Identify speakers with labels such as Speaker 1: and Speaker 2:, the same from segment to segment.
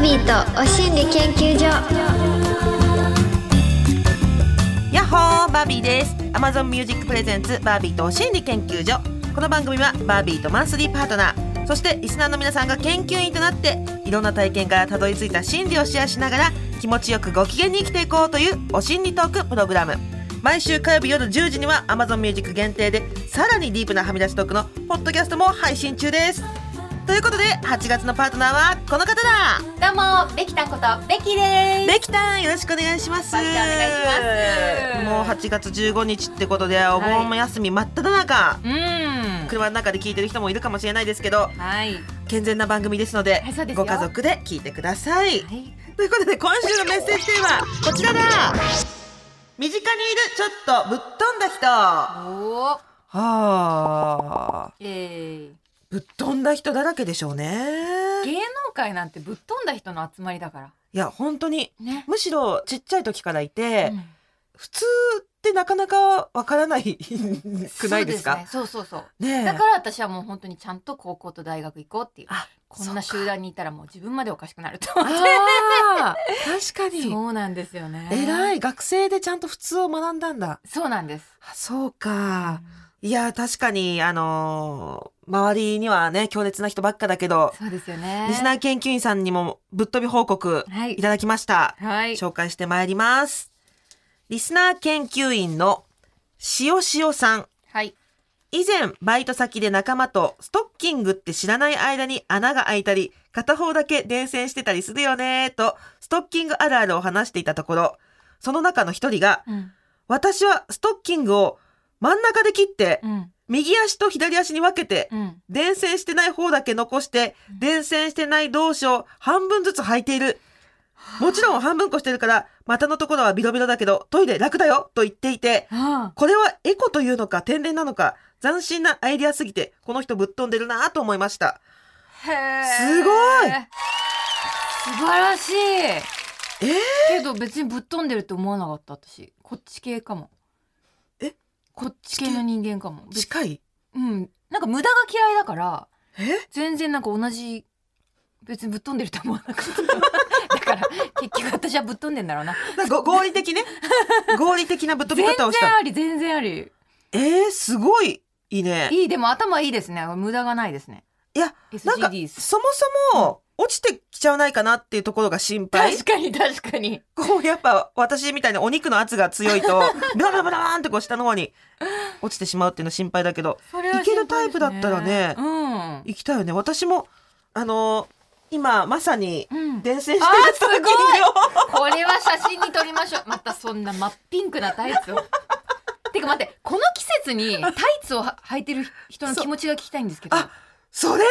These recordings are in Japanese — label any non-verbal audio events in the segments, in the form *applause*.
Speaker 1: ミーとお心理研究所
Speaker 2: やっほーバービーです Amazon Music Presents バービーとお心理研究所この番組はバービーとマンスリーパートナーそしてリスナーの皆さんが研究員となっていろんな体験からたどり着いた心理をシェアしながら気持ちよくご機嫌に生きていこうというお心理トークプログラム毎週火曜日夜10時には Amazon Music 限定でさらにディープなはみ出しトークのポッドキャストも配信中ですということで8月のパートナーはこの方だ
Speaker 3: どうも、べきたこと、べきです。
Speaker 2: できたよろしくお願いします。
Speaker 3: バイちゃんお願いします
Speaker 2: もう8月15日ってことでお盆休み真っ只中、
Speaker 3: うん。
Speaker 2: 車の中で聞いてる人もいるかもしれないですけど、
Speaker 3: はい。
Speaker 2: 健全な番組ですので、
Speaker 3: はいそうですよ
Speaker 2: ご家族で聞いてください。
Speaker 3: はい。
Speaker 2: ということで今週のメッセージテーマこちらだ。身近にいるちょっとぶっ飛んだ人。は
Speaker 3: おお。
Speaker 2: あ、
Speaker 3: えー、
Speaker 2: ぶっ飛んだ人だらけでしょうね。
Speaker 3: 芸能界なんてぶっ飛んだ人の集まりだから。
Speaker 2: いや本当に
Speaker 3: ね。
Speaker 2: むしろちっちゃい時からいて。
Speaker 3: うん
Speaker 2: 普通ってなかなかわからないくないですか
Speaker 3: そうですねそうそう
Speaker 2: ね
Speaker 3: そう。
Speaker 2: え
Speaker 3: だから私はもう本当にちゃんと高校と大学行こうっていう。
Speaker 2: あ
Speaker 3: こんな
Speaker 2: そう
Speaker 3: 集団にいたらもう自分までおかし
Speaker 2: *laughs*
Speaker 3: くなると
Speaker 2: か
Speaker 3: 思 *laughs* っ
Speaker 2: あー確か
Speaker 3: て。
Speaker 2: に
Speaker 3: そうなんですよね。
Speaker 2: 偉
Speaker 3: い。
Speaker 2: い学生でちゃんと普通を学んだんだ
Speaker 3: そうなんです。
Speaker 2: あそうかいや確かにあのー周りにはね強烈な人ばっかだけど
Speaker 3: そうですよね。
Speaker 2: リスナー研究員さんにもぶっ飛び報告
Speaker 3: は
Speaker 2: い。
Speaker 3: い
Speaker 2: ただきました
Speaker 3: はい。
Speaker 2: 紹介してまいりますリスナー研究員の塩塩さん
Speaker 3: はい。
Speaker 2: 以前、バイト先で仲間と、ストッキングって知らない間に穴が開いたり、片方だけ伝染してたりするよねーと、ストッキングあるあるを話していたところ、その中の一人が、
Speaker 3: うん。
Speaker 2: 私はストッキングを真ん中で切って
Speaker 3: う、ん。
Speaker 2: 右足と左足に分けて
Speaker 3: う、ん。
Speaker 2: 伝染してない方だけ残して、伝染してない同士を半分ずつ履いている。もちろん半分こしてるから、股のところはビロビロだけど、トイレ楽だよと言っていて、
Speaker 3: あ
Speaker 2: これはエコというのか天然なのか斬新なアイデアすぎてこの人ぶっ飛んでるなぁと思いました
Speaker 3: あ。へえ。
Speaker 2: すごい
Speaker 3: 素晴らしい。え
Speaker 2: ー
Speaker 3: けど別にぶっ飛んでるって思わなかった私。こっち系かも。
Speaker 2: え？
Speaker 3: こっち系の人間かも。別
Speaker 2: 近い
Speaker 3: うん。なんか無駄が嫌いだから
Speaker 2: え
Speaker 3: 全然なんか同じ別にぶっ飛んでると思わなか
Speaker 2: *laughs*
Speaker 3: った。だから結局私はぶっ飛んでんだろうな。
Speaker 2: なんかご合理的ね合理的なぶっ飛び
Speaker 3: 全
Speaker 2: 方
Speaker 3: 然
Speaker 2: をした
Speaker 3: あり全然あり。
Speaker 2: えー、すごいいいね
Speaker 3: いいでも頭いいですね。無駄がないですね。
Speaker 2: いやなんか
Speaker 3: SGD です。
Speaker 2: そもそも落ちてきちゃわないかなっていうところが心配
Speaker 3: 確かに確かに。
Speaker 2: こうやっぱ私みたいにお肉の圧が強い
Speaker 3: *laughs*
Speaker 2: とブラブラブラーンってこう下の方に落ちてしまうっていうの心配だけど
Speaker 3: それは心配ですね
Speaker 2: いけるタイプだったらね
Speaker 3: うん。
Speaker 2: 行きたいよね私もあのー今まさに
Speaker 3: うん
Speaker 2: 伝染してる
Speaker 3: あー
Speaker 2: ストッキングを
Speaker 3: *laughs* これは写真に撮りましょうまたそんな真っピンクなタイツを *laughs* てか待ってこの季節にタイツをは履いてる人の気持ちが聞きたいんですけど
Speaker 2: そうあそれね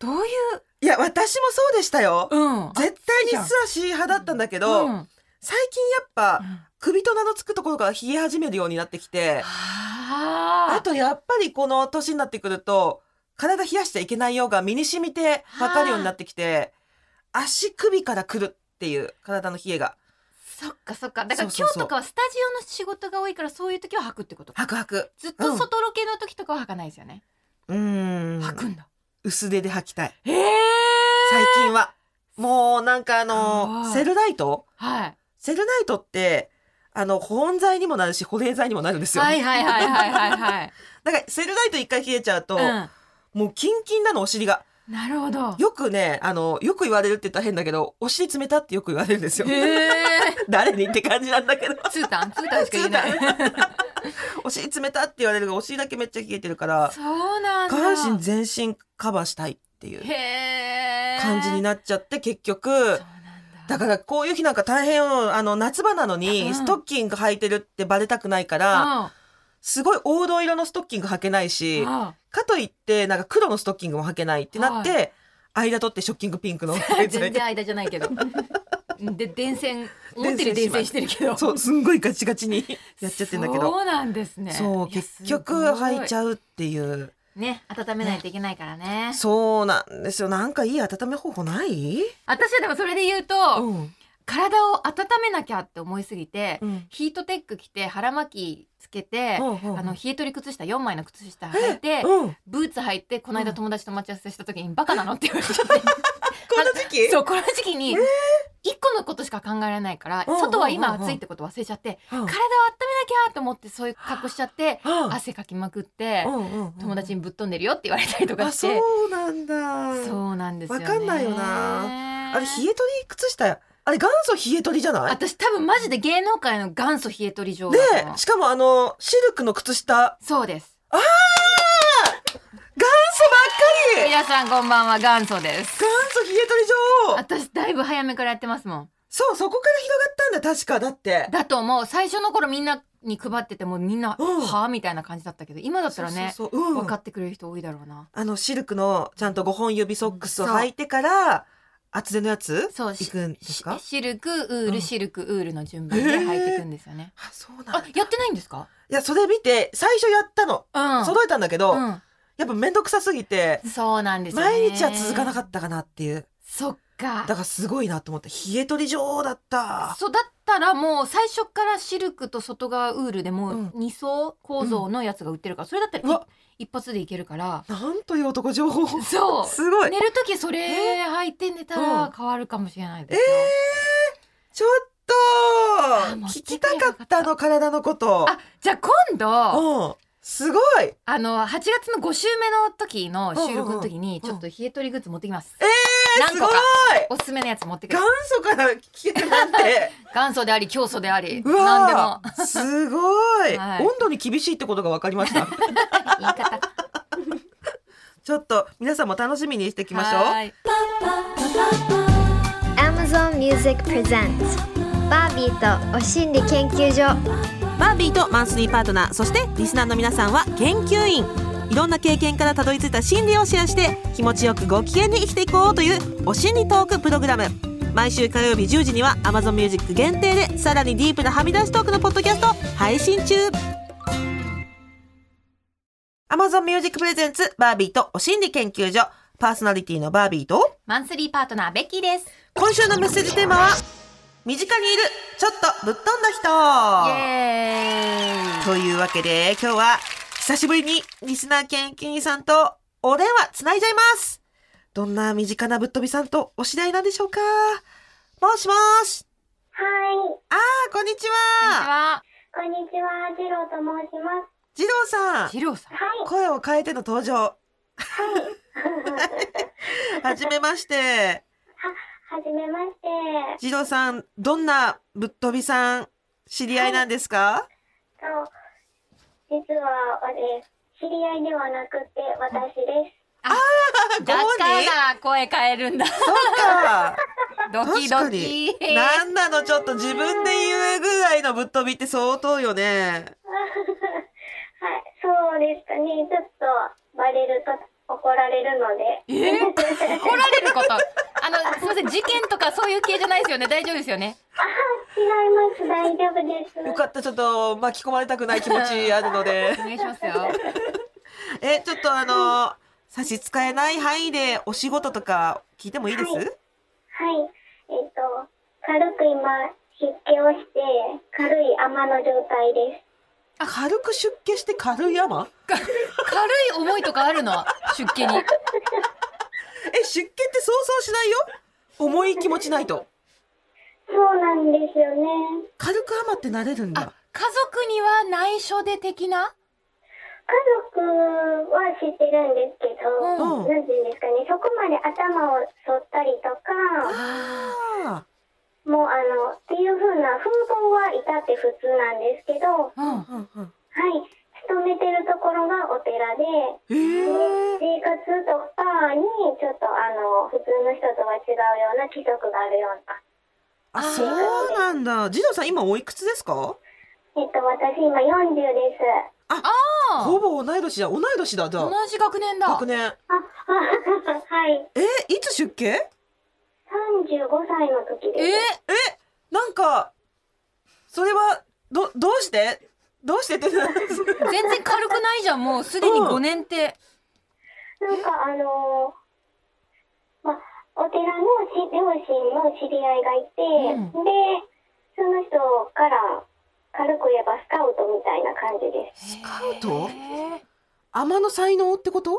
Speaker 3: どういう
Speaker 2: いや私もそうでしたよ、
Speaker 3: うん
Speaker 2: 絶対に素足派だったんだけど、
Speaker 3: うんうん
Speaker 2: 最近やっぱ首と名のつくところから冷え始めるようになってきて
Speaker 3: あ
Speaker 2: あ
Speaker 3: ー
Speaker 2: とやっぱりこの年になってくると体冷やしちゃいけないようが身に染みて分かるようになってきて足首からくるっていう体の冷えが
Speaker 3: そっかそっかだから
Speaker 2: そうそう
Speaker 3: 今
Speaker 2: そう
Speaker 3: 日とかはスタジオの仕事が多いからそういう時は履くってことか
Speaker 2: ハクハク
Speaker 3: ずっと外ロケの時とかは履かないですよね、
Speaker 2: うーん
Speaker 3: 履くんだ
Speaker 2: 薄手で履きたい
Speaker 3: ええ
Speaker 2: 最近はもうなんかあ
Speaker 3: かわ
Speaker 2: の
Speaker 3: いい
Speaker 2: セルライト
Speaker 3: はい
Speaker 2: セルライトってあの保温剤にもなるし保冷剤にもなるんですよ、
Speaker 3: はいはいはいはいはい
Speaker 2: *laughs*
Speaker 3: はい、
Speaker 2: だからセルライト一回冷えちゃうと、
Speaker 3: う
Speaker 2: もうキンキンなのお尻が
Speaker 3: ん、なるほど
Speaker 2: よくねあのよく言われるって言ったら変だけどお尻冷たってよく言われるんですよ、
Speaker 3: へえ
Speaker 2: *laughs* 誰にって感じなんだけど
Speaker 3: ツータンツータンしか言えない
Speaker 2: ツ。お尻冷たって言われるがお尻だけめっちゃ冷えてるから
Speaker 3: そうなん
Speaker 2: 下
Speaker 3: だ。
Speaker 2: 半身全身カバーしたいっていう
Speaker 3: へー
Speaker 2: 感じになっちゃって結局
Speaker 3: そうなんだ。
Speaker 2: だからこういう日なんか大変よあの夏場なの
Speaker 3: う
Speaker 2: に
Speaker 3: ん
Speaker 2: ストッキング履いてるってバレたくないから、
Speaker 3: うん
Speaker 2: すごい黄土色のストッキング履けないし
Speaker 3: あ
Speaker 2: かといってなんか黒のストッキングも履けないってなって、間取ってショッキングピンク
Speaker 3: *laughs*
Speaker 2: の
Speaker 3: 全然間じゃない
Speaker 2: *laughs*
Speaker 3: けど。で電線思ってる電線してるけど。
Speaker 2: そうすんごいガチガチに *laughs* やっちゃってんだけど
Speaker 3: そうなんですね。
Speaker 2: そう
Speaker 3: いや
Speaker 2: 結局履いち
Speaker 3: す
Speaker 2: ゃうっていう
Speaker 3: ごいね温めないといけないからね。
Speaker 2: そうなんですよなんかいい温め方法ない、
Speaker 3: 私はでもそれで言うと、
Speaker 2: ん
Speaker 3: 体を温めなきゃって思いすぎて、
Speaker 2: うん
Speaker 3: ヒートテック着て腹巻きつけて、あの冷え取り靴下4枚の靴下履いて、
Speaker 2: うん、この
Speaker 3: ブーツ履いてこの間友達と待ち合わせした時に「バカなの?」って言われちゃって
Speaker 2: 時期期
Speaker 3: そうこの時期に一個のことしか考えられないから、
Speaker 2: うんうんうんうん
Speaker 3: 外は今暑いってこと忘れちゃって、
Speaker 2: うん
Speaker 3: 体を温めなきゃと思ってそういう格好しちゃって、
Speaker 2: うん
Speaker 3: 汗かきまくって、
Speaker 2: うんうんうん
Speaker 3: 友達にぶっ飛んでるよって言われたりとか
Speaker 2: あ
Speaker 3: して、
Speaker 2: そうなんだ
Speaker 3: そうなんですよね
Speaker 2: わかんないよなあれ冷え取り靴下あれ元祖冷え取りじゃない
Speaker 3: 私多分マジで芸能界の元祖冷え取り女王
Speaker 2: で
Speaker 3: だと思う
Speaker 2: しかもあのシルクの靴下
Speaker 3: そうです
Speaker 2: 元祖ばっかり
Speaker 3: 皆さんこんばんは元祖です
Speaker 2: 元祖冷え取り女王
Speaker 3: 私だいぶ早めからやってますもん
Speaker 2: そうそこから広がったんだ確かだって
Speaker 3: だと思う最初の頃みんなに配っててもみんな、
Speaker 2: うん
Speaker 3: はあみたいな感じだったけど今だったらね
Speaker 2: そうそうそううん
Speaker 3: 分かってくれる人多いだろうな
Speaker 2: あのシルクのちゃんと5本指ソックスを履いてから厚手のやつ
Speaker 3: そうし
Speaker 2: 行くんですか
Speaker 3: しシルクウー
Speaker 2: うん
Speaker 3: ルシルクウールの順番で履いていくんですよね、
Speaker 2: あそう
Speaker 3: あ
Speaker 2: なんだい
Speaker 3: やってないんですか
Speaker 2: やそれ見て最初やったの
Speaker 3: うん
Speaker 2: 揃えたんだけど、
Speaker 3: うん
Speaker 2: やっぱ面倒くさすぎて
Speaker 3: そうなんですよね
Speaker 2: 毎日は続かなかったかなっていう
Speaker 3: そっか
Speaker 2: だからすごいなと思って冷え取り女王だった
Speaker 3: そうだったらもう最初からシルクと外側ウールでも
Speaker 2: うん
Speaker 3: う二層構造のやつが売ってるから、それだったら
Speaker 2: うわ
Speaker 3: い一発でいけるから
Speaker 2: なんという男情報
Speaker 3: そう
Speaker 2: すごい
Speaker 3: 寝る時それ履いて寝た
Speaker 2: うん
Speaker 3: ら変わるかもしれない
Speaker 2: え
Speaker 3: で
Speaker 2: ー
Speaker 3: す
Speaker 2: ち
Speaker 3: よ、、
Speaker 2: ょっ
Speaker 3: あ
Speaker 2: と
Speaker 3: 持っ
Speaker 2: 聞
Speaker 3: て
Speaker 2: き
Speaker 3: き
Speaker 2: た
Speaker 3: て
Speaker 2: かったの体のこと
Speaker 3: あじゃあ今度
Speaker 2: うんすごい
Speaker 3: あの8月の5週目の時の収録の時に
Speaker 2: うん
Speaker 3: ち
Speaker 2: うん
Speaker 3: ょ
Speaker 2: うん
Speaker 3: っと冷え取りグッズ持ってきます、
Speaker 2: えー
Speaker 3: 何
Speaker 2: す
Speaker 3: 個
Speaker 2: ごい
Speaker 3: かおすすめのやつ持ってく
Speaker 2: *laughs* 元
Speaker 3: る
Speaker 2: 祖から聞けてなんて
Speaker 3: 元祖であり教祖であり
Speaker 2: うわ
Speaker 3: *laughs* 何
Speaker 2: ーすごい、
Speaker 3: はい
Speaker 2: 温度に厳しいってことが分かりました
Speaker 3: *laughs* でも言い方
Speaker 2: ちょっと皆さんも楽しみにしていきましょう
Speaker 3: はい
Speaker 1: Amazon Music Presents バービーとお心理研究所
Speaker 2: バービーとマンスリーパートナーそしてリスナーの皆さんは研究員いろんな経験からたどり着いた心理をシェアして気持ちよくご機嫌に生きていこうというお心理トークプログラム毎週火曜日10時には Amazon Music 限定でさらにディープなはみ出しトークのポッドキャストを配信中 Amazon Music プレゼンツバービーとお心理研究所パーソナリティのバービーと
Speaker 3: マンスリーパートナーベッキーです
Speaker 2: 今週のメッセージテーマは身近にいるちょっとぶっ飛んだ人
Speaker 3: イエーイ
Speaker 2: というわけで、今日は久しぶりにリスナー研究員さんとお電話つないじゃいます。どんな身近なぶっ飛びさんとお知り合いなんでしょうかもしもし。
Speaker 4: はい、
Speaker 2: あ、こんにち
Speaker 3: こんにち
Speaker 2: は。
Speaker 3: は
Speaker 4: こんにちは、次郎と申します。
Speaker 2: 二郎さん、
Speaker 3: ジローさん
Speaker 4: は
Speaker 2: 声を変えての登
Speaker 3: *laughs*
Speaker 2: 場。はじめまして。
Speaker 4: い、はじめまして。
Speaker 2: 二郎さん、どんなぶっ飛びさん、知り合いなんですか
Speaker 4: と実は、あれ、知り合いではなくて、私です。
Speaker 2: あご
Speaker 3: だか
Speaker 2: 本人
Speaker 3: ら声変えるんだ
Speaker 2: そっか。
Speaker 3: ド
Speaker 2: 確
Speaker 3: キド
Speaker 2: か
Speaker 3: キ
Speaker 2: に。なんなのちょっと自分で言うぐらいのぶっ飛びって相当よね。
Speaker 4: はい、そうでしたね。ちょっと、バレると怒られるので。
Speaker 3: えー怒られることあのすいません事件とかそういう系じゃないですよね大丈夫ですよね
Speaker 4: あ、違います。大丈夫です。
Speaker 2: よかった、ちょっと巻き込まれたくない気持ちあるので *laughs*
Speaker 3: お。願いしますよ
Speaker 2: え、ちょっとあの、差し支えない範囲でお仕事とか聞いてもいいです、
Speaker 4: はいはい、えっ、と、軽く今、湿気をして、軽い雨の状態です。
Speaker 2: 軽く出家して軽い山
Speaker 3: 軽い思いとかあるの出家に
Speaker 2: え、出家ってそうそうしないよ重い気持ちないと。
Speaker 4: そうなんですよね。
Speaker 2: 軽く雨ってなれるん
Speaker 3: あ
Speaker 2: だ。
Speaker 3: 家族には内緒で的な
Speaker 4: 家族は知ってるんですけど、
Speaker 2: うん
Speaker 4: なんていうんですかね、そこまで頭を剃ったりとか、
Speaker 3: あ
Speaker 2: あ
Speaker 4: もうあの、っていう風な風貌は至って普通なんですけど、
Speaker 3: ーうん
Speaker 2: ーうんうん
Speaker 4: はい、勤めてるところがお寺で、
Speaker 2: へえ。
Speaker 4: 生活とかにちょっとあの、普通の人とは違うような規則があるような。
Speaker 2: あ、そうなんだ。児童さん今おいくつですか
Speaker 4: えっと、私今40です。
Speaker 2: ほぼ同い年だ。同い年だ、じゃ
Speaker 3: 同
Speaker 2: あ。
Speaker 3: じ学年だ
Speaker 2: 学年。
Speaker 4: あ、はい、
Speaker 2: え、いつ出家
Speaker 4: 35歳の時
Speaker 3: え
Speaker 4: です。
Speaker 2: えなんかそれはどどうしてどうしてって
Speaker 3: ー全然軽くないじゃんもうすでに5年って
Speaker 4: なんかあのーまあ、お寺のし両親の知り合いがいて、
Speaker 3: うん
Speaker 4: で、その人から軽く言えばスカウトみたいな感じです。
Speaker 3: ス
Speaker 2: カウト
Speaker 3: え
Speaker 2: 天の才能ってこと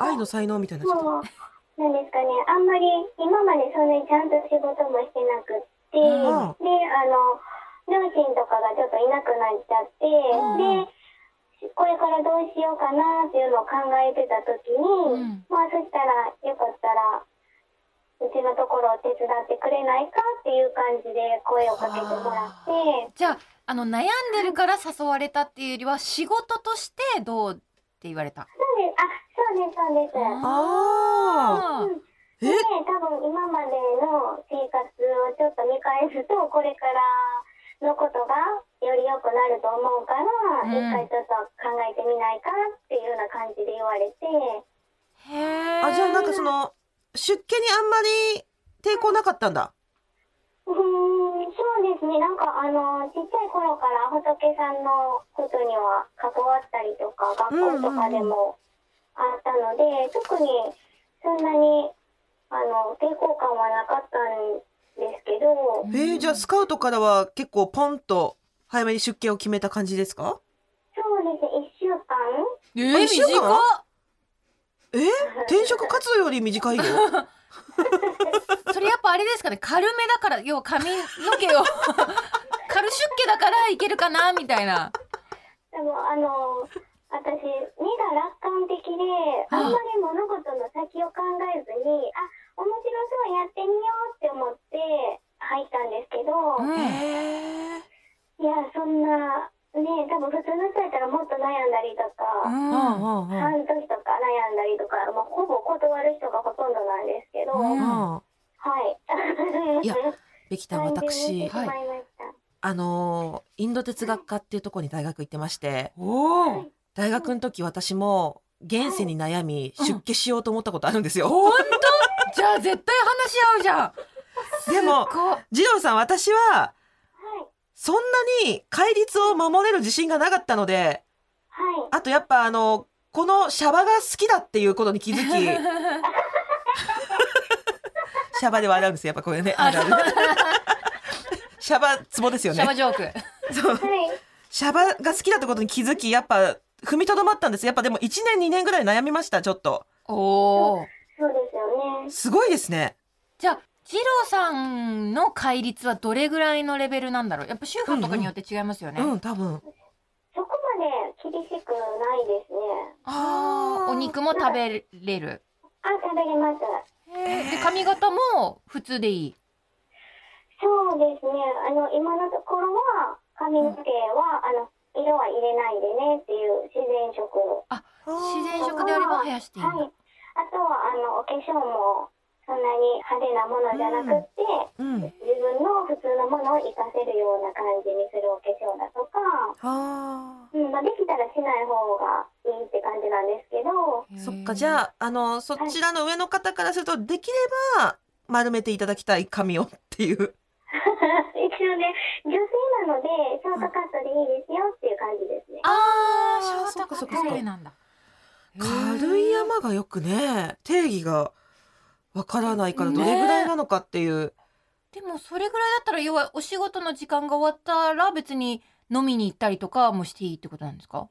Speaker 2: 愛の才能みたいな
Speaker 4: もう、なんですかね、あんまり今までそんなにちゃんと仕事もしてなくっ
Speaker 2: う
Speaker 4: て、
Speaker 2: ん
Speaker 4: で、あの、両親とかがちょっといなくなっちゃって、
Speaker 2: うん
Speaker 4: で、これからどうしようかなっていうのを考えてた時に、
Speaker 3: うん
Speaker 4: まあそしたら、よかったら、うちのところを手伝ってくれないかっていう感じで声をかけてもらって、
Speaker 3: じゃああの悩んでるから誘われたっていうよりは仕事としてどうって言われた。
Speaker 4: そうです、あ、そうです、そうです。
Speaker 2: ああ。
Speaker 3: あ
Speaker 2: え
Speaker 3: ー
Speaker 4: で、多分今までの生活をちょっと見返すと、これからのことがより良くなると思うから、
Speaker 3: うん
Speaker 4: 一回ちょっと考えてみないかっていうような感じで言われて、
Speaker 3: へえ。
Speaker 2: あ、じゃあなんかその、出家にあんまり抵抗なかったんだ。
Speaker 4: うーん、そうですね、なんかあの、ちっちゃい頃から仏さんのことには関わったりとか、学校とかでもあったので、特にそんなにあの抵抗感はなかったんですけど、
Speaker 2: えー、じゃあスカウトからは結構ポンと早めに出家を決めた感じですか
Speaker 4: そうですね、1週間
Speaker 3: え
Speaker 2: あ
Speaker 3: ー、
Speaker 2: 一週間
Speaker 3: 短っ
Speaker 2: えー、転職活動より短 *laughs* いよ。
Speaker 3: それやっぱあれですかね軽めだから要は髪の毛を *laughs* 軽出家だからいけるかなみたいな。
Speaker 4: でもあの私目が楽観的であんまり物事の先を考えずにあ面白そうやってみようって思って入ったんですけど、
Speaker 3: うん
Speaker 2: えー、
Speaker 4: いやそんなね多分普通の人やったらもっと悩んだりと
Speaker 3: う。
Speaker 4: か、
Speaker 2: うんんうん
Speaker 4: 半年とか悩んだりとか、まあ、ほぼ断る人がほとんどなんですけど、
Speaker 3: うん
Speaker 2: うん。うん。
Speaker 4: はい。
Speaker 2: いや
Speaker 4: *laughs*
Speaker 2: べきたん
Speaker 4: 完全に
Speaker 2: 私、
Speaker 4: 決まりました
Speaker 2: あのーインド哲学科っていうところに大学行ってまして、
Speaker 3: おお。
Speaker 2: 大学の時私も現世に悩み
Speaker 3: はい
Speaker 2: 出家しようと思ったことあるんですよ。
Speaker 3: 本当？じゃあ絶対話し合うじゃん。
Speaker 2: でも
Speaker 3: すっごい
Speaker 2: 二郎さん私は
Speaker 4: はい
Speaker 2: そんなに戒律を守れる自信がなかったので、
Speaker 4: はい
Speaker 2: あとやっぱあの、このシャバが好きだっていうことに気づき、シャバで笑うんですよ。やっぱこれね。あるあるシャバツボですよ
Speaker 3: シャバ
Speaker 2: ね。
Speaker 3: ジョーク。
Speaker 2: そう。
Speaker 4: はい
Speaker 2: シャバが好きだってことに気づき、やっぱ踏みとどまったんです。やっぱでも1年2年ぐらい悩みました、ちょっと。
Speaker 3: おお。
Speaker 4: そうですよね
Speaker 2: すごいですね。
Speaker 3: じゃあ二郎さんの戒律はどれぐらいのレベルなんだろう。やっぱ宗派とかによって違いますよね。
Speaker 2: うん、多分。
Speaker 4: そこまで厳しくないですね
Speaker 3: ああ。お肉も食べれる。
Speaker 4: あ、食べれます。
Speaker 3: で髪型も普通でいい。
Speaker 4: そうですね。あの、今のところは、髪の毛は、あの、色は入れないでねっていう自然色。
Speaker 3: 自然色であれば生やしていいんだ。
Speaker 4: はい。あとは、あの、お化粧も、そんなに派手なものじゃなく
Speaker 2: う
Speaker 4: って、
Speaker 2: ん。
Speaker 4: 自分の普通のものを活かせるような感じにするお化粧だとか、
Speaker 2: あ
Speaker 4: うん、まあ、できたらしない方がいいって感じなんですけ
Speaker 2: あ。
Speaker 4: ど、 *laughs*
Speaker 2: そっか、じゃ
Speaker 3: あ。
Speaker 2: あ、あの、そちらの上の方からすると、できれば、丸めていただきたい髪をっていう。
Speaker 4: 一応ね、女性なので、ショートカットでいいですよっていう感じですね。
Speaker 3: あ
Speaker 2: あ
Speaker 3: あ、
Speaker 2: ー
Speaker 3: ショート
Speaker 2: そ
Speaker 3: カ
Speaker 2: っか
Speaker 3: ッ
Speaker 2: そっ
Speaker 3: ト
Speaker 2: か
Speaker 3: 系なんだ。
Speaker 2: 軽い山がよくね、定義がわからないから、どれぐらいなのかっていう。
Speaker 3: でもそれぐらいだったら要はお仕事の時間が終わったら別に飲みに行ったりとかもしていいってことなんですか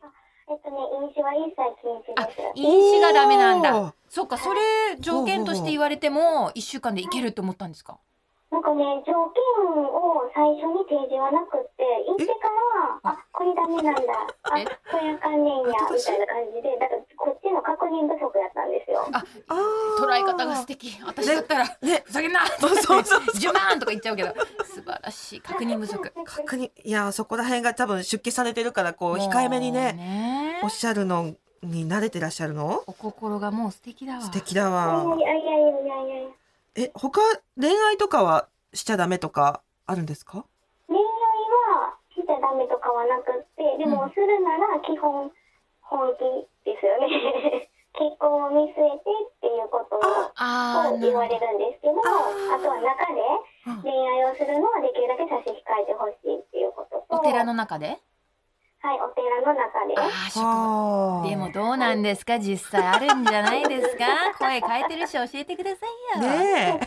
Speaker 4: えっとね、飲酒は一切禁止
Speaker 3: あ
Speaker 4: です。、
Speaker 3: 飲酒がダメなん
Speaker 2: おー
Speaker 3: だ。そっか、それ条件として言われても一週間で行けると思ったんですか
Speaker 4: なんかね、条件を最初に提示はなくって、行ってから、あ、これダメなんだ。あ
Speaker 3: え、
Speaker 4: これあかんねんや、
Speaker 2: 後
Speaker 4: み
Speaker 2: 出した
Speaker 4: いな感じで、だからこっちの確認不足やったんですよ。
Speaker 3: あ、
Speaker 2: あー
Speaker 3: 捉え方が素敵。私だったら、
Speaker 2: ね
Speaker 3: ふざけんな
Speaker 2: *laughs* そうそう
Speaker 3: *laughs*
Speaker 2: そう
Speaker 3: !10 万とか言っちゃうけど、素晴らしい。確認不足。
Speaker 4: *laughs*
Speaker 2: 確認いやーそこら辺が多分出家されてるからこう控えめにね
Speaker 3: もうね
Speaker 2: おっしゃるのに慣れてらっしゃるの
Speaker 3: お心がもう素敵だわ。
Speaker 2: 素敵だ
Speaker 4: い
Speaker 2: わ
Speaker 4: やいやいやいやいや。
Speaker 2: え他恋愛とかはしちゃダメとかあるんですか
Speaker 4: 恋愛はしちゃダメとかはなくって、でもするなら基本、本気ですよね。 *laughs* 結婚を見据えてっていうことを。
Speaker 3: あ
Speaker 4: と
Speaker 3: ー、
Speaker 4: 言われ
Speaker 3: なる
Speaker 4: るんですけど、
Speaker 2: あー
Speaker 4: あとは中で
Speaker 2: うん
Speaker 4: 恋愛をするのはできるだけ差し控えてほしいっていうこと
Speaker 3: ほど
Speaker 4: と、
Speaker 3: お寺の中で
Speaker 4: はい、お寺の中で
Speaker 3: あ
Speaker 4: す。
Speaker 3: あ、職場
Speaker 2: あー
Speaker 3: でもどうなんですか実際あるんじゃないですか
Speaker 2: *laughs*
Speaker 3: 声変えてるし教えてくださいよ。
Speaker 2: ね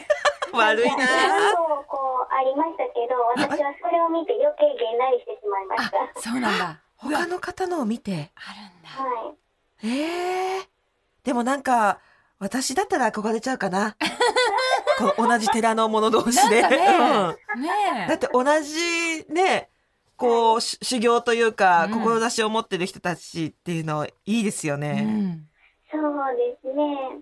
Speaker 2: え *laughs* 悪いな
Speaker 4: 何個こうありましたけど、私はそれを見て余計げんなりしてしまいま
Speaker 3: あ
Speaker 4: した。は
Speaker 3: そうなんだ。
Speaker 2: 他の方のを見て
Speaker 3: あるんだ。
Speaker 4: い。
Speaker 2: ええでもなんか私だったら憧れちゃうか
Speaker 3: *laughs*
Speaker 2: な。この同じ寺の者同士で。
Speaker 3: なんか
Speaker 2: うん
Speaker 3: ね、ね
Speaker 2: だって同じね、こう、し修行というか、
Speaker 3: うん
Speaker 2: 志を持ってる人たちっていうの、いいですよ
Speaker 3: え。う
Speaker 2: ね。
Speaker 3: ん。
Speaker 4: そうですね。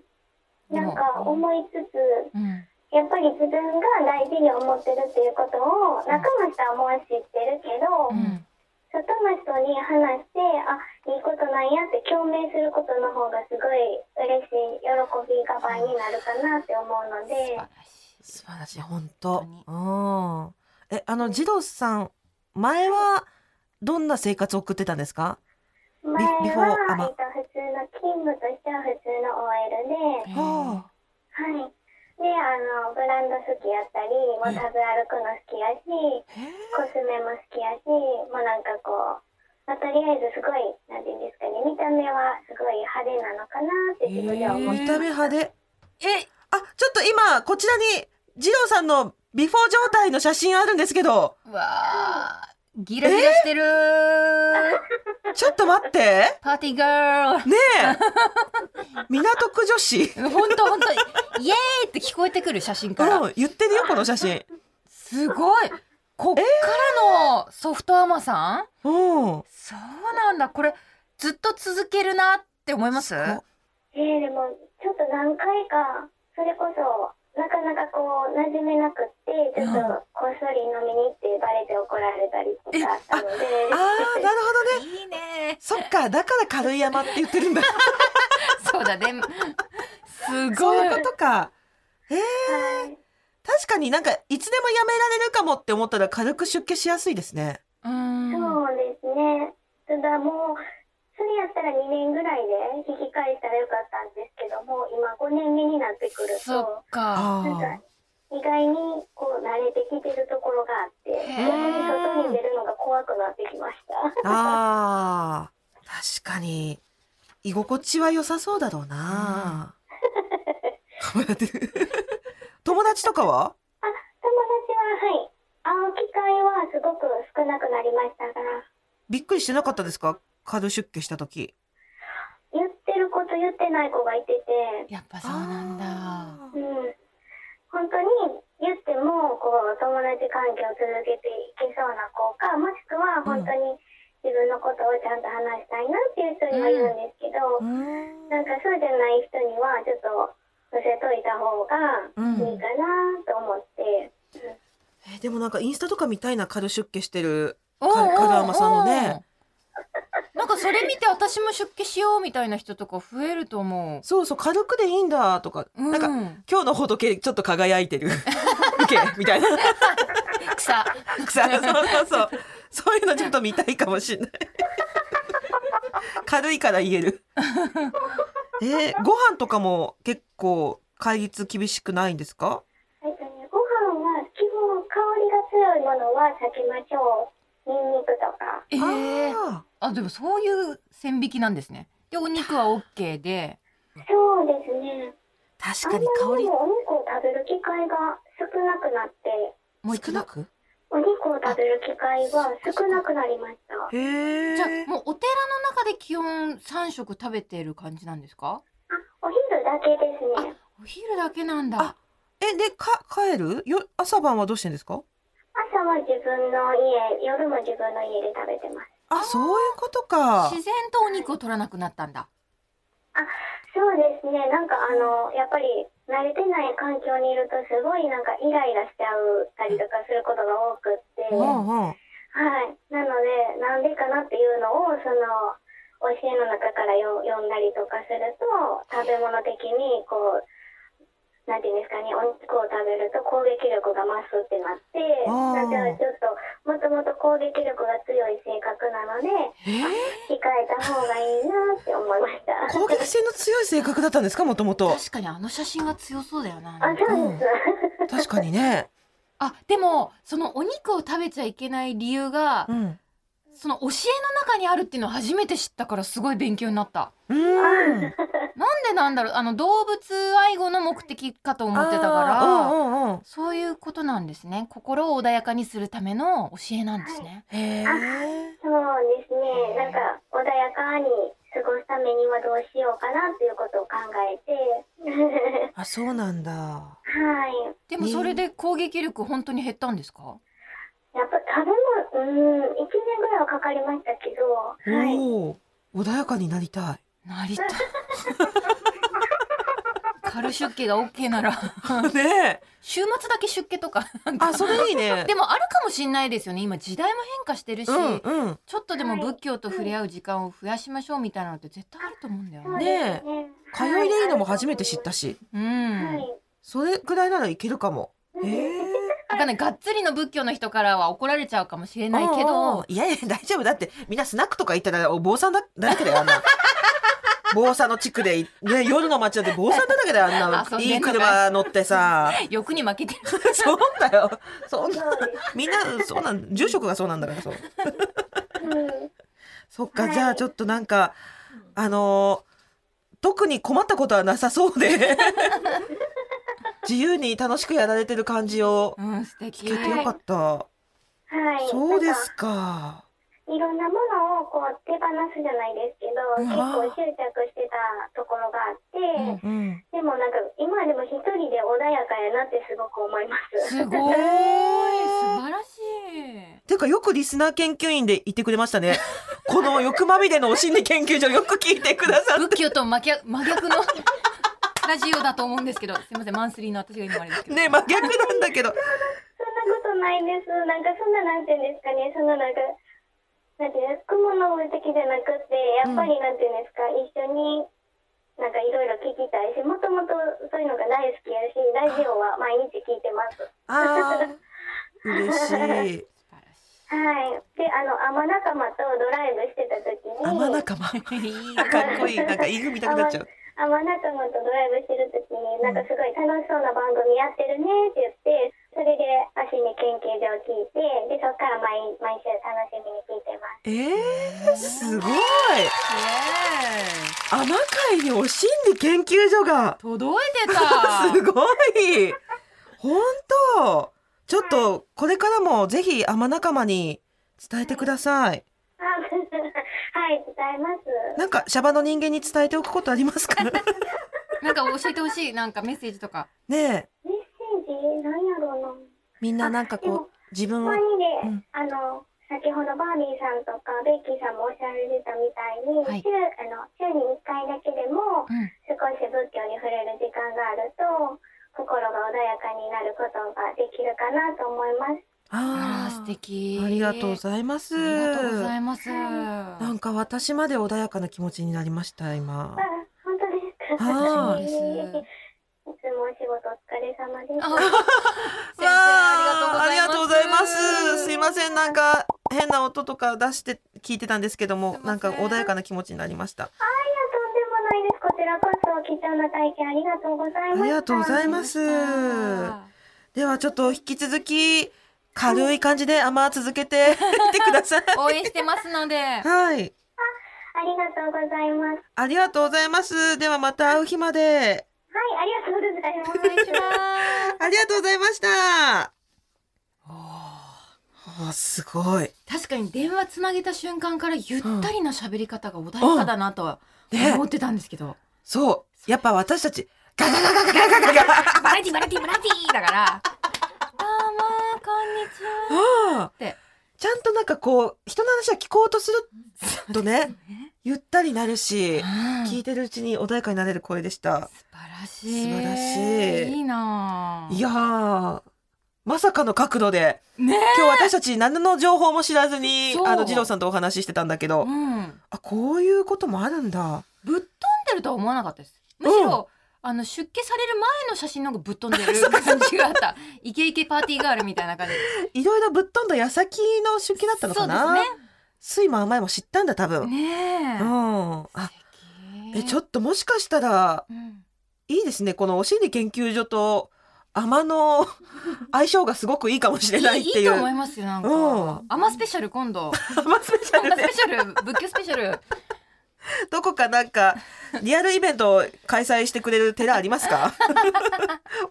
Speaker 3: で
Speaker 4: な
Speaker 3: も
Speaker 4: んか思いつつ、
Speaker 3: うん。
Speaker 4: やっぱり自分が大事に思ってるっていうことを仲間さんも知ってるけど、
Speaker 3: うん。
Speaker 4: 外の人に話してあいいことなんやって共鳴することの方がすごい嬉しい喜びが倍になるかなって思う
Speaker 3: 素晴
Speaker 4: ので
Speaker 3: らしい。
Speaker 2: 素晴らしい、本当
Speaker 3: 本
Speaker 2: うん。え、あの、児童さん、前は、どんな生活を送ってたんですか
Speaker 4: 前
Speaker 2: ビフォ
Speaker 4: は
Speaker 2: ー、あま
Speaker 4: えっと、普通の勤務としては
Speaker 3: え
Speaker 4: 普通の OL で、
Speaker 3: ー
Speaker 2: はあ
Speaker 4: はい、であのブランド好きやったりも食べ歩くの好きやし
Speaker 2: へえ
Speaker 4: コスメも好きやしもうなんかこう、まあとりあえずすごいなんていうんですかね見た目はすごい派手なのかなって自分では思って
Speaker 2: 見た目派で。え、あ、ちょっと今、こちらに、児童さんのビフォー状態の写真あるんですけど、
Speaker 3: うわあ、ギラギラしてるー。
Speaker 2: ちょっと待って。
Speaker 3: パーティーガール。
Speaker 2: ね
Speaker 3: *laughs*
Speaker 2: え。港区女子。
Speaker 3: 本当本当イエーイって聞こえてくる写真から。
Speaker 2: うん、言ってるよ、この写真。
Speaker 3: すごい。こっからのソフトアマさん。
Speaker 2: うん。
Speaker 3: そうなんだ。これずっと続けるなって思います。
Speaker 2: ご
Speaker 4: えー、でもちょっと何回かそれこそなかなかこう馴染めなくってちょっと
Speaker 3: うん
Speaker 4: こっそり飲みに行ってバレて怒られたりとかあったので
Speaker 2: ああ、なるほどね。
Speaker 3: いいね。
Speaker 2: そっか、だから軽い山って言ってるんだ。
Speaker 3: *laughs* そうだ *laughs* ね。す
Speaker 2: そ
Speaker 3: ご
Speaker 2: うい
Speaker 3: い
Speaker 2: う。ことか。ええ
Speaker 4: はい
Speaker 2: 確かになんか、いつでもやめられるかもって思ったら軽く出家しやすいですね。
Speaker 3: うん。
Speaker 4: そうですねただもうそれやったら2年ぐらいで引き返したらよかったんですけども今5年目になってくる
Speaker 3: そ
Speaker 4: と
Speaker 3: っか。
Speaker 2: あ
Speaker 4: なん
Speaker 2: あ
Speaker 4: か。意外にこう慣れてきてるところがあって
Speaker 3: へー
Speaker 4: 逆に外に出るのが怖くなってきました。
Speaker 2: ああ。確かに。居心地は良さそうだろうな。カメラで *laughs* 友達とかは
Speaker 4: 友達ははい会う機会はすごく少なくなりましたから
Speaker 2: びっくりしてなかったですか軽出家した時。
Speaker 4: 言ってる子と言ってない子がいてて
Speaker 3: やっぱそうなんだ。
Speaker 2: あー
Speaker 4: うん本当に言ってもこう友達関係を続けていけそうな子かもしくは本当に自分のことをちゃんと話したいなっていう人にはいるんですけど、
Speaker 2: うん
Speaker 4: なんかそうじゃない人にはちょっと乗せといた方がいいかなと思って、
Speaker 2: えでもなんかインスタとかみたいな軽出家してる。
Speaker 3: おうおうおう
Speaker 2: カラーマさんのね。
Speaker 3: なんかそれ見て私も出家しようみたいな人とか増えると思
Speaker 2: そうそう、軽くでいいんだとか。
Speaker 3: う。う
Speaker 2: なんか、今日の仏ちょっと輝いてる。 *laughs* 受けみたいな。
Speaker 3: 草。
Speaker 2: 草そうそうそう。そういうのちょっと見たいかもしれない。軽いから言える。えーご飯とかも結構戒律厳しくないんですか
Speaker 4: えっとね、ご飯は基本香りが強いものは避けましょうニンニクと
Speaker 3: え
Speaker 4: か
Speaker 3: え
Speaker 2: あ
Speaker 3: あでもそういう線引きなんですね。でお肉はオッケーで。
Speaker 4: そうですね
Speaker 2: ー確
Speaker 4: あんま
Speaker 2: かに香
Speaker 4: り
Speaker 2: り
Speaker 4: もうお肉を食べる機会が少なくなって
Speaker 3: もう一
Speaker 2: 少
Speaker 3: 度
Speaker 2: なく
Speaker 4: お肉を食べる機会が少なくなりました
Speaker 2: へえ
Speaker 3: じゃあもうお寺の中で基本三食食べてる感じなんですか？
Speaker 4: あお昼だけですね
Speaker 3: お昼だけなんだ。
Speaker 2: え、で、か、帰るよ朝晩はどうしてんですか
Speaker 4: 朝は自分の家夜も自分の家で食べてま
Speaker 2: あ、
Speaker 4: す
Speaker 2: そういうことか。
Speaker 3: 自然とお肉を取らなくなったんだ。
Speaker 4: そうですねなんかあのやっぱり慣れてない環境にいるとすごいなんかイライラしちゃうたりとかすることが多くって、
Speaker 2: う
Speaker 3: 然
Speaker 2: んうん。
Speaker 4: はい。なので、なんでかなっていうのを、その、教えの中からよ読んだりとかすると、食べ物的に、こう、なんていうんですかね、お肉を食べると攻撃力が増すってなって、
Speaker 2: あー
Speaker 4: なんかちょっと、もともと攻撃力が強い性格なので、
Speaker 2: えー
Speaker 4: 控えた方がいいなって思いました。あ、そ
Speaker 2: 攻撃性の強い性格だったんですかもともと。
Speaker 3: 確かにあの写真は強そうだよな。
Speaker 4: うで
Speaker 2: 確
Speaker 4: す。 *laughs*
Speaker 2: かにね。
Speaker 3: あでもそのお肉を食べちゃいけない理由が、
Speaker 2: うん。
Speaker 3: その教えの中にあるっていうのを初めて知ったからすごい勉強になった。
Speaker 2: うん。
Speaker 3: なんでなんだろうあの動物愛護の目的かと思ってたから。
Speaker 2: あーうんうんうん。
Speaker 3: そういうことなんですね。心を穏やかにするための教えなんですね。
Speaker 2: へえ。
Speaker 4: そうですね。なんか、穏やかに過ごすためにはどうしようかなということを考えて
Speaker 2: あそうなんだ
Speaker 4: はい
Speaker 3: でもそれで攻撃力本当に減ったんですか、
Speaker 4: やっぱ食べ物うん1年ぐらいはかかりましたけどはい
Speaker 2: おお穏やかになりたい
Speaker 3: な
Speaker 2: *laughs*
Speaker 3: りたい軽出家が OK なら
Speaker 2: *laughs* ねえ
Speaker 3: 週末だけ出家
Speaker 2: *laughs*
Speaker 3: とかなんか
Speaker 2: あそれいいね
Speaker 3: *laughs* でもあるかもしんないですよね今時代も変化してるし、
Speaker 2: うんうん
Speaker 3: ちょっとでも仏教と触れ合う時間を増やしましょうみたいなのって絶対あると思うんだよ
Speaker 4: そう
Speaker 3: ね。
Speaker 4: ですね
Speaker 2: 通
Speaker 4: はい
Speaker 2: でいいのも初めて知ったし
Speaker 3: う
Speaker 4: は
Speaker 3: ん。
Speaker 4: い
Speaker 2: それくらいならいけるかもええ
Speaker 3: だからねがっつりの仏教の人からは怒られちゃうかもしれないけ
Speaker 2: うんうん
Speaker 3: ど、
Speaker 2: いやいや大丈夫だってみんなスナックとか行ったらお坊さんだだらけだよあん
Speaker 3: *laughs*
Speaker 2: な坊さんの地区で、ね、夜の街だって坊さんだらけだよあん
Speaker 3: *laughs*
Speaker 2: な
Speaker 3: 遊ん
Speaker 2: い
Speaker 3: で
Speaker 2: い
Speaker 3: んのかい
Speaker 2: 車乗って
Speaker 3: *laughs*
Speaker 2: さ
Speaker 3: 欲に負け
Speaker 2: *laughs*
Speaker 3: てる。
Speaker 2: そうだよそんな
Speaker 4: そうです
Speaker 2: みんなそうなん住職がそうなんだからそう
Speaker 4: うん
Speaker 2: そっか、
Speaker 4: はい
Speaker 2: じゃあちょっとなんかあのー特に困ったことはなさそうで自由に楽しくやられてる感じを
Speaker 3: うん、素敵。
Speaker 2: 聞けてよかった、
Speaker 4: はい
Speaker 2: そうですか
Speaker 4: いろんなものをこう手放すじゃないですけど、結構執着してたところがあって、
Speaker 3: うん
Speaker 2: うん
Speaker 4: でもなんか今でも一人で穏やかやなってすごく思います。
Speaker 3: すごい。素
Speaker 2: えー
Speaker 3: 晴らし
Speaker 2: ていうかよくリスナー研究員でいてくれましたね。この欲まみれのお心理研究所よく聞いてくださ
Speaker 3: い。
Speaker 2: っ
Speaker 3: 仏教と真逆真逆の *laughs* ラジオだと思うんですけど、すみません、マンスリーの私が今あれですけ
Speaker 2: て。
Speaker 3: ど。
Speaker 2: ね真逆なんだけど。
Speaker 4: そんなことないです。なんかそんななんていうんですかね、そのなんか、なんていうんですか、雲の目的じゃなくて、やっぱりなんていうんですか、一緒になんかいろいろ聞きたいし、もともとそういうのが大好きやし、ラジオは毎日聞いてます。
Speaker 2: ああ、嬉しい。
Speaker 3: 素晴らしい。
Speaker 4: はい。で、あの、天仲間とドライブしてた時に、
Speaker 2: 甘仲間。か
Speaker 3: いい
Speaker 2: っこいい。なんか言い組みたくなっちゃう。
Speaker 4: あ、まあ、仲間とドライブしてる時に、なんかすごい楽しそうな番組やってるねって言って、それで足に研究所を聞いて、で、そっから毎毎週楽しみに聞いてます。
Speaker 2: ええー、すごい。
Speaker 3: イ
Speaker 2: 甘会にお心理研究所が。
Speaker 3: エーイ届い
Speaker 2: *laughs*
Speaker 3: て
Speaker 2: す
Speaker 3: た。
Speaker 2: ごい。本当。ちょっとこれからもぜひ甘仲間に伝えてください。
Speaker 4: あはい、伝えます。
Speaker 2: なんかシャバの人間に伝えておくことあります
Speaker 3: *laughs*
Speaker 2: か。
Speaker 3: なんか教えてほしい。なんかメッセージとか。
Speaker 2: ねえ。
Speaker 4: メッセージなんやろうな。
Speaker 2: みんななんかこう自分
Speaker 4: ほんま
Speaker 2: は
Speaker 4: に
Speaker 2: う
Speaker 4: ね
Speaker 2: ん、
Speaker 4: あの、先ほどバービーさんとかベッキーさんもおっしゃられてたみたいに、
Speaker 3: はい
Speaker 4: 週あの週に1回だけでも
Speaker 3: うん。
Speaker 4: 少し仏教に触れる時間があると心が穏やかになることができるかなと思います。
Speaker 3: ああ、素
Speaker 2: ー
Speaker 3: 敵。
Speaker 2: ありがとうございます
Speaker 3: ありがとうございます。
Speaker 2: なんか私まで穏やかな気持ちになりました今
Speaker 4: あ、本当ですか。
Speaker 2: は
Speaker 3: そうです。
Speaker 4: いつもお仕事お疲れ様です。
Speaker 3: あ
Speaker 4: は
Speaker 3: 先生ありがとうございます。
Speaker 2: すいませんなんか変な音とか出して聞いてたんですけども
Speaker 3: すい
Speaker 2: な
Speaker 3: ま
Speaker 2: ん
Speaker 3: せ
Speaker 2: か
Speaker 3: ん
Speaker 2: 穏やかな気持ちになりました
Speaker 4: とんでもないです。こちらこそ貴重な体験ありがとうございました。
Speaker 2: ありがとうございますではちょっと引き続き軽い感じで甘続け
Speaker 3: *laughs*
Speaker 2: てってください
Speaker 3: 応援してますので。
Speaker 2: はい
Speaker 4: ありがとうございます。
Speaker 2: ありがとうございますではまた会う日まで
Speaker 4: はい、ありがとうございます。
Speaker 3: お願いします。
Speaker 2: ありがとうございました。あー、すごい。
Speaker 3: 確かに電話つなげた瞬間からゆったりな喋り方が穏やかだなとは
Speaker 2: うんね
Speaker 3: 思ってたんですけど。
Speaker 2: そう、やっぱ私たち。ガガガガガガガガガ。
Speaker 3: バラティバラティバラティだから。どうもこんにちは。
Speaker 2: あ
Speaker 3: っ
Speaker 2: ー
Speaker 3: て
Speaker 2: ちゃんとなんかこう、人の話は聞こうとするとね、ゆったりなるし、聞
Speaker 3: 素
Speaker 2: いてるうちに穏やかになれる声でした。
Speaker 3: 晴らしい。
Speaker 2: 素晴らしい
Speaker 3: いいなあ。
Speaker 2: いやー、まさかの角度で、
Speaker 3: ねえ。
Speaker 2: 今日私たち何の情報も知らずに
Speaker 3: そ、う
Speaker 2: あの、二郎さんとお話ししてたんだけど
Speaker 3: う、ん。
Speaker 2: あ、こういうこともあるんだ。
Speaker 3: ぶっ飛んでるとは思わなかったです。むしろ、あの出家される前の写真の方がぶっ飛んで
Speaker 2: *laughs*
Speaker 3: る感じがあった。イケイケパーティーガールみたいな感じ。
Speaker 2: いろいろぶっ飛んだ矢先の出家だったのかな
Speaker 3: そうで
Speaker 2: 酸いも甘いも知ったんだ多
Speaker 3: す
Speaker 2: 分、
Speaker 3: ね。ねえ。
Speaker 2: うんあえちょ
Speaker 3: っと、
Speaker 2: っともしかしたら
Speaker 3: うん
Speaker 2: いいですねこのお心理研究所と甘の
Speaker 3: *laughs*
Speaker 2: 相性がすごくいいかもしれない
Speaker 3: い
Speaker 2: っ
Speaker 3: い
Speaker 2: て
Speaker 3: い
Speaker 2: い
Speaker 3: いと思いうますよなんか、
Speaker 2: うん
Speaker 3: アマスペシャル今度
Speaker 2: 甘スペシャ
Speaker 3: ア
Speaker 2: ル
Speaker 3: マス
Speaker 2: で
Speaker 3: ペシャル仏教スペシャル
Speaker 2: どこかなん
Speaker 3: *laughs*
Speaker 2: かリアルイベントを開催してくれる寺あります
Speaker 3: *laughs*
Speaker 2: か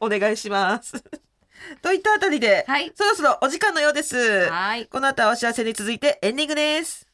Speaker 2: お願いしますといったあたりで、
Speaker 3: はい
Speaker 2: そろそろお時間のようです
Speaker 3: はい
Speaker 2: この後はお知らせに続いてエンディングです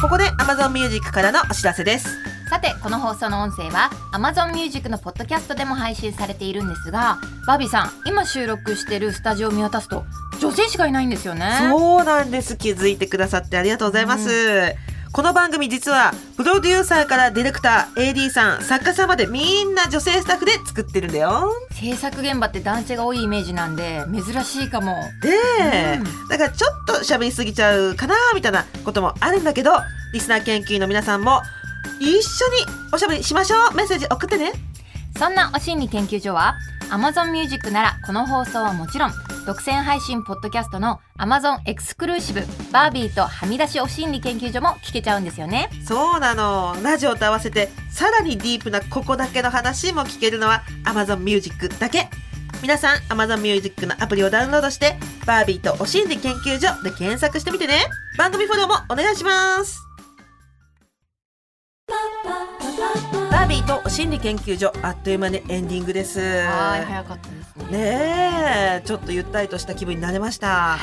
Speaker 2: ここで Amazon Music からのお知らせです
Speaker 3: さてこの放送の音声は Amazon Music のポッドキャストでも配信されているんですがバービーさん今収録してるスタジオを見渡すと女性しかいないんですよね
Speaker 2: そうなんです気づいてくださってありがとうございます、この番組実はプロデューサーからディレクター AD さん作家さんまでみんな女性スタッフで作ってるんだよ
Speaker 3: 制作現場って男性が多いイメージなんで珍しいかも
Speaker 2: で、だからちょっと喋りすぎちゃうかなみたいなこともあるんだけどリスナー研究員の皆さんも一緒におしゃべりしましょうメッセージ送ってね
Speaker 3: そんなお心理研究所は Amazon Music ならこの放送はもちろん独占配信ポッドキャストの Amazon エクスクルーシブバービーとはみ出しお心理研究所も聞けちゃうんですよね
Speaker 2: そうなのラジオと合わせてさらにディープなここだけの話も聞けるのは Amazon Music だけ皆さん Amazon Music のアプリをダウンロードして「バービーとお心理研究所」で検索してみてね番組フォローもお願いしますバービーとお心理研究所あっという間にエンディングです
Speaker 3: かったです
Speaker 2: ねえちょっとゆったりとした気分になれました、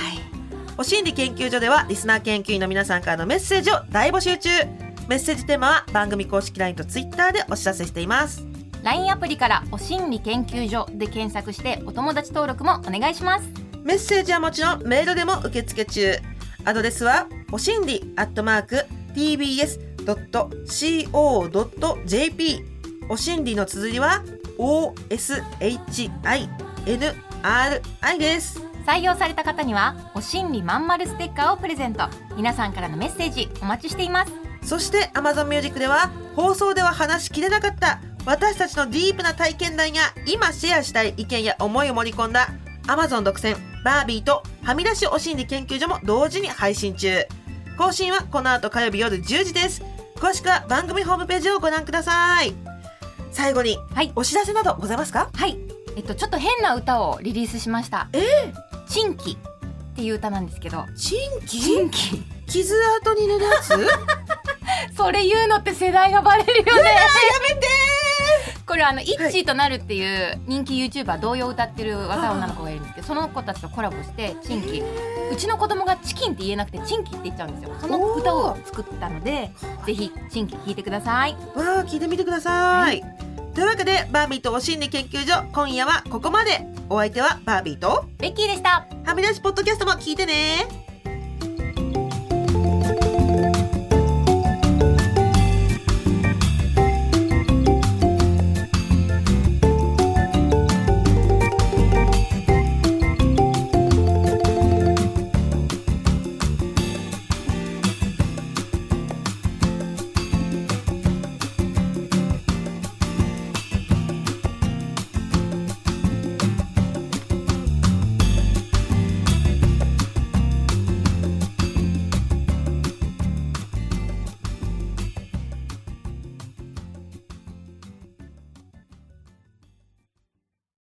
Speaker 2: お心理研究所ではリスナー研究員の皆さんからのメッセージを大募集中メッセージテーマは番組公式 LINE と Twitter でお知らせしています
Speaker 3: LINE アプリから「お心理研究所」で検索してお友達登録もお願いします
Speaker 2: メッセージはもちろんメールでも受付中アドレスはおしんりアットマーク tbs.co.jp おしんりの綴りは oshinri です
Speaker 3: 採用された方には「お心理まんまるステッカー」をプレゼント皆さんからのメッセージお待ちしています
Speaker 2: そして Amazon Music では放送では話しきれなかった私たちのディープな体験談や今シェアしたい意見や思いを盛り込んだ Amazon 独占バービーとはみ出しお心理研究所も同時に配信中更新はこの後火曜日夜10時です詳しくは番組ホームページをご覧ください最後に
Speaker 3: はい
Speaker 2: お知らせなどございますか
Speaker 3: はい、えっと、ちょっと変な歌をリリースしました。えー、チンキっていう歌なんですけど。
Speaker 2: 新
Speaker 3: チ
Speaker 2: 規
Speaker 3: ンキ。
Speaker 2: 傷跡に塗るやつやめ
Speaker 3: *laughs* それ言うのって世代がバレるよね。
Speaker 2: て
Speaker 3: これあの、イッチーとなるっていう人気ユーチューバー同様歌ってる若い女の子がいるんですけど、その子たちとコラボしてチンキ。うちの子供がチキンって言えなくてチンキって言っちゃうんですよ。その歌を作ったので、ぜひチンキ聴いてください。
Speaker 2: わあ聞いてみてください、というわけでバービーとお心理研究所今夜はここまでお相手はバービーと
Speaker 3: ベッキーでした。
Speaker 2: はみ出しポッドキャストも聞いてね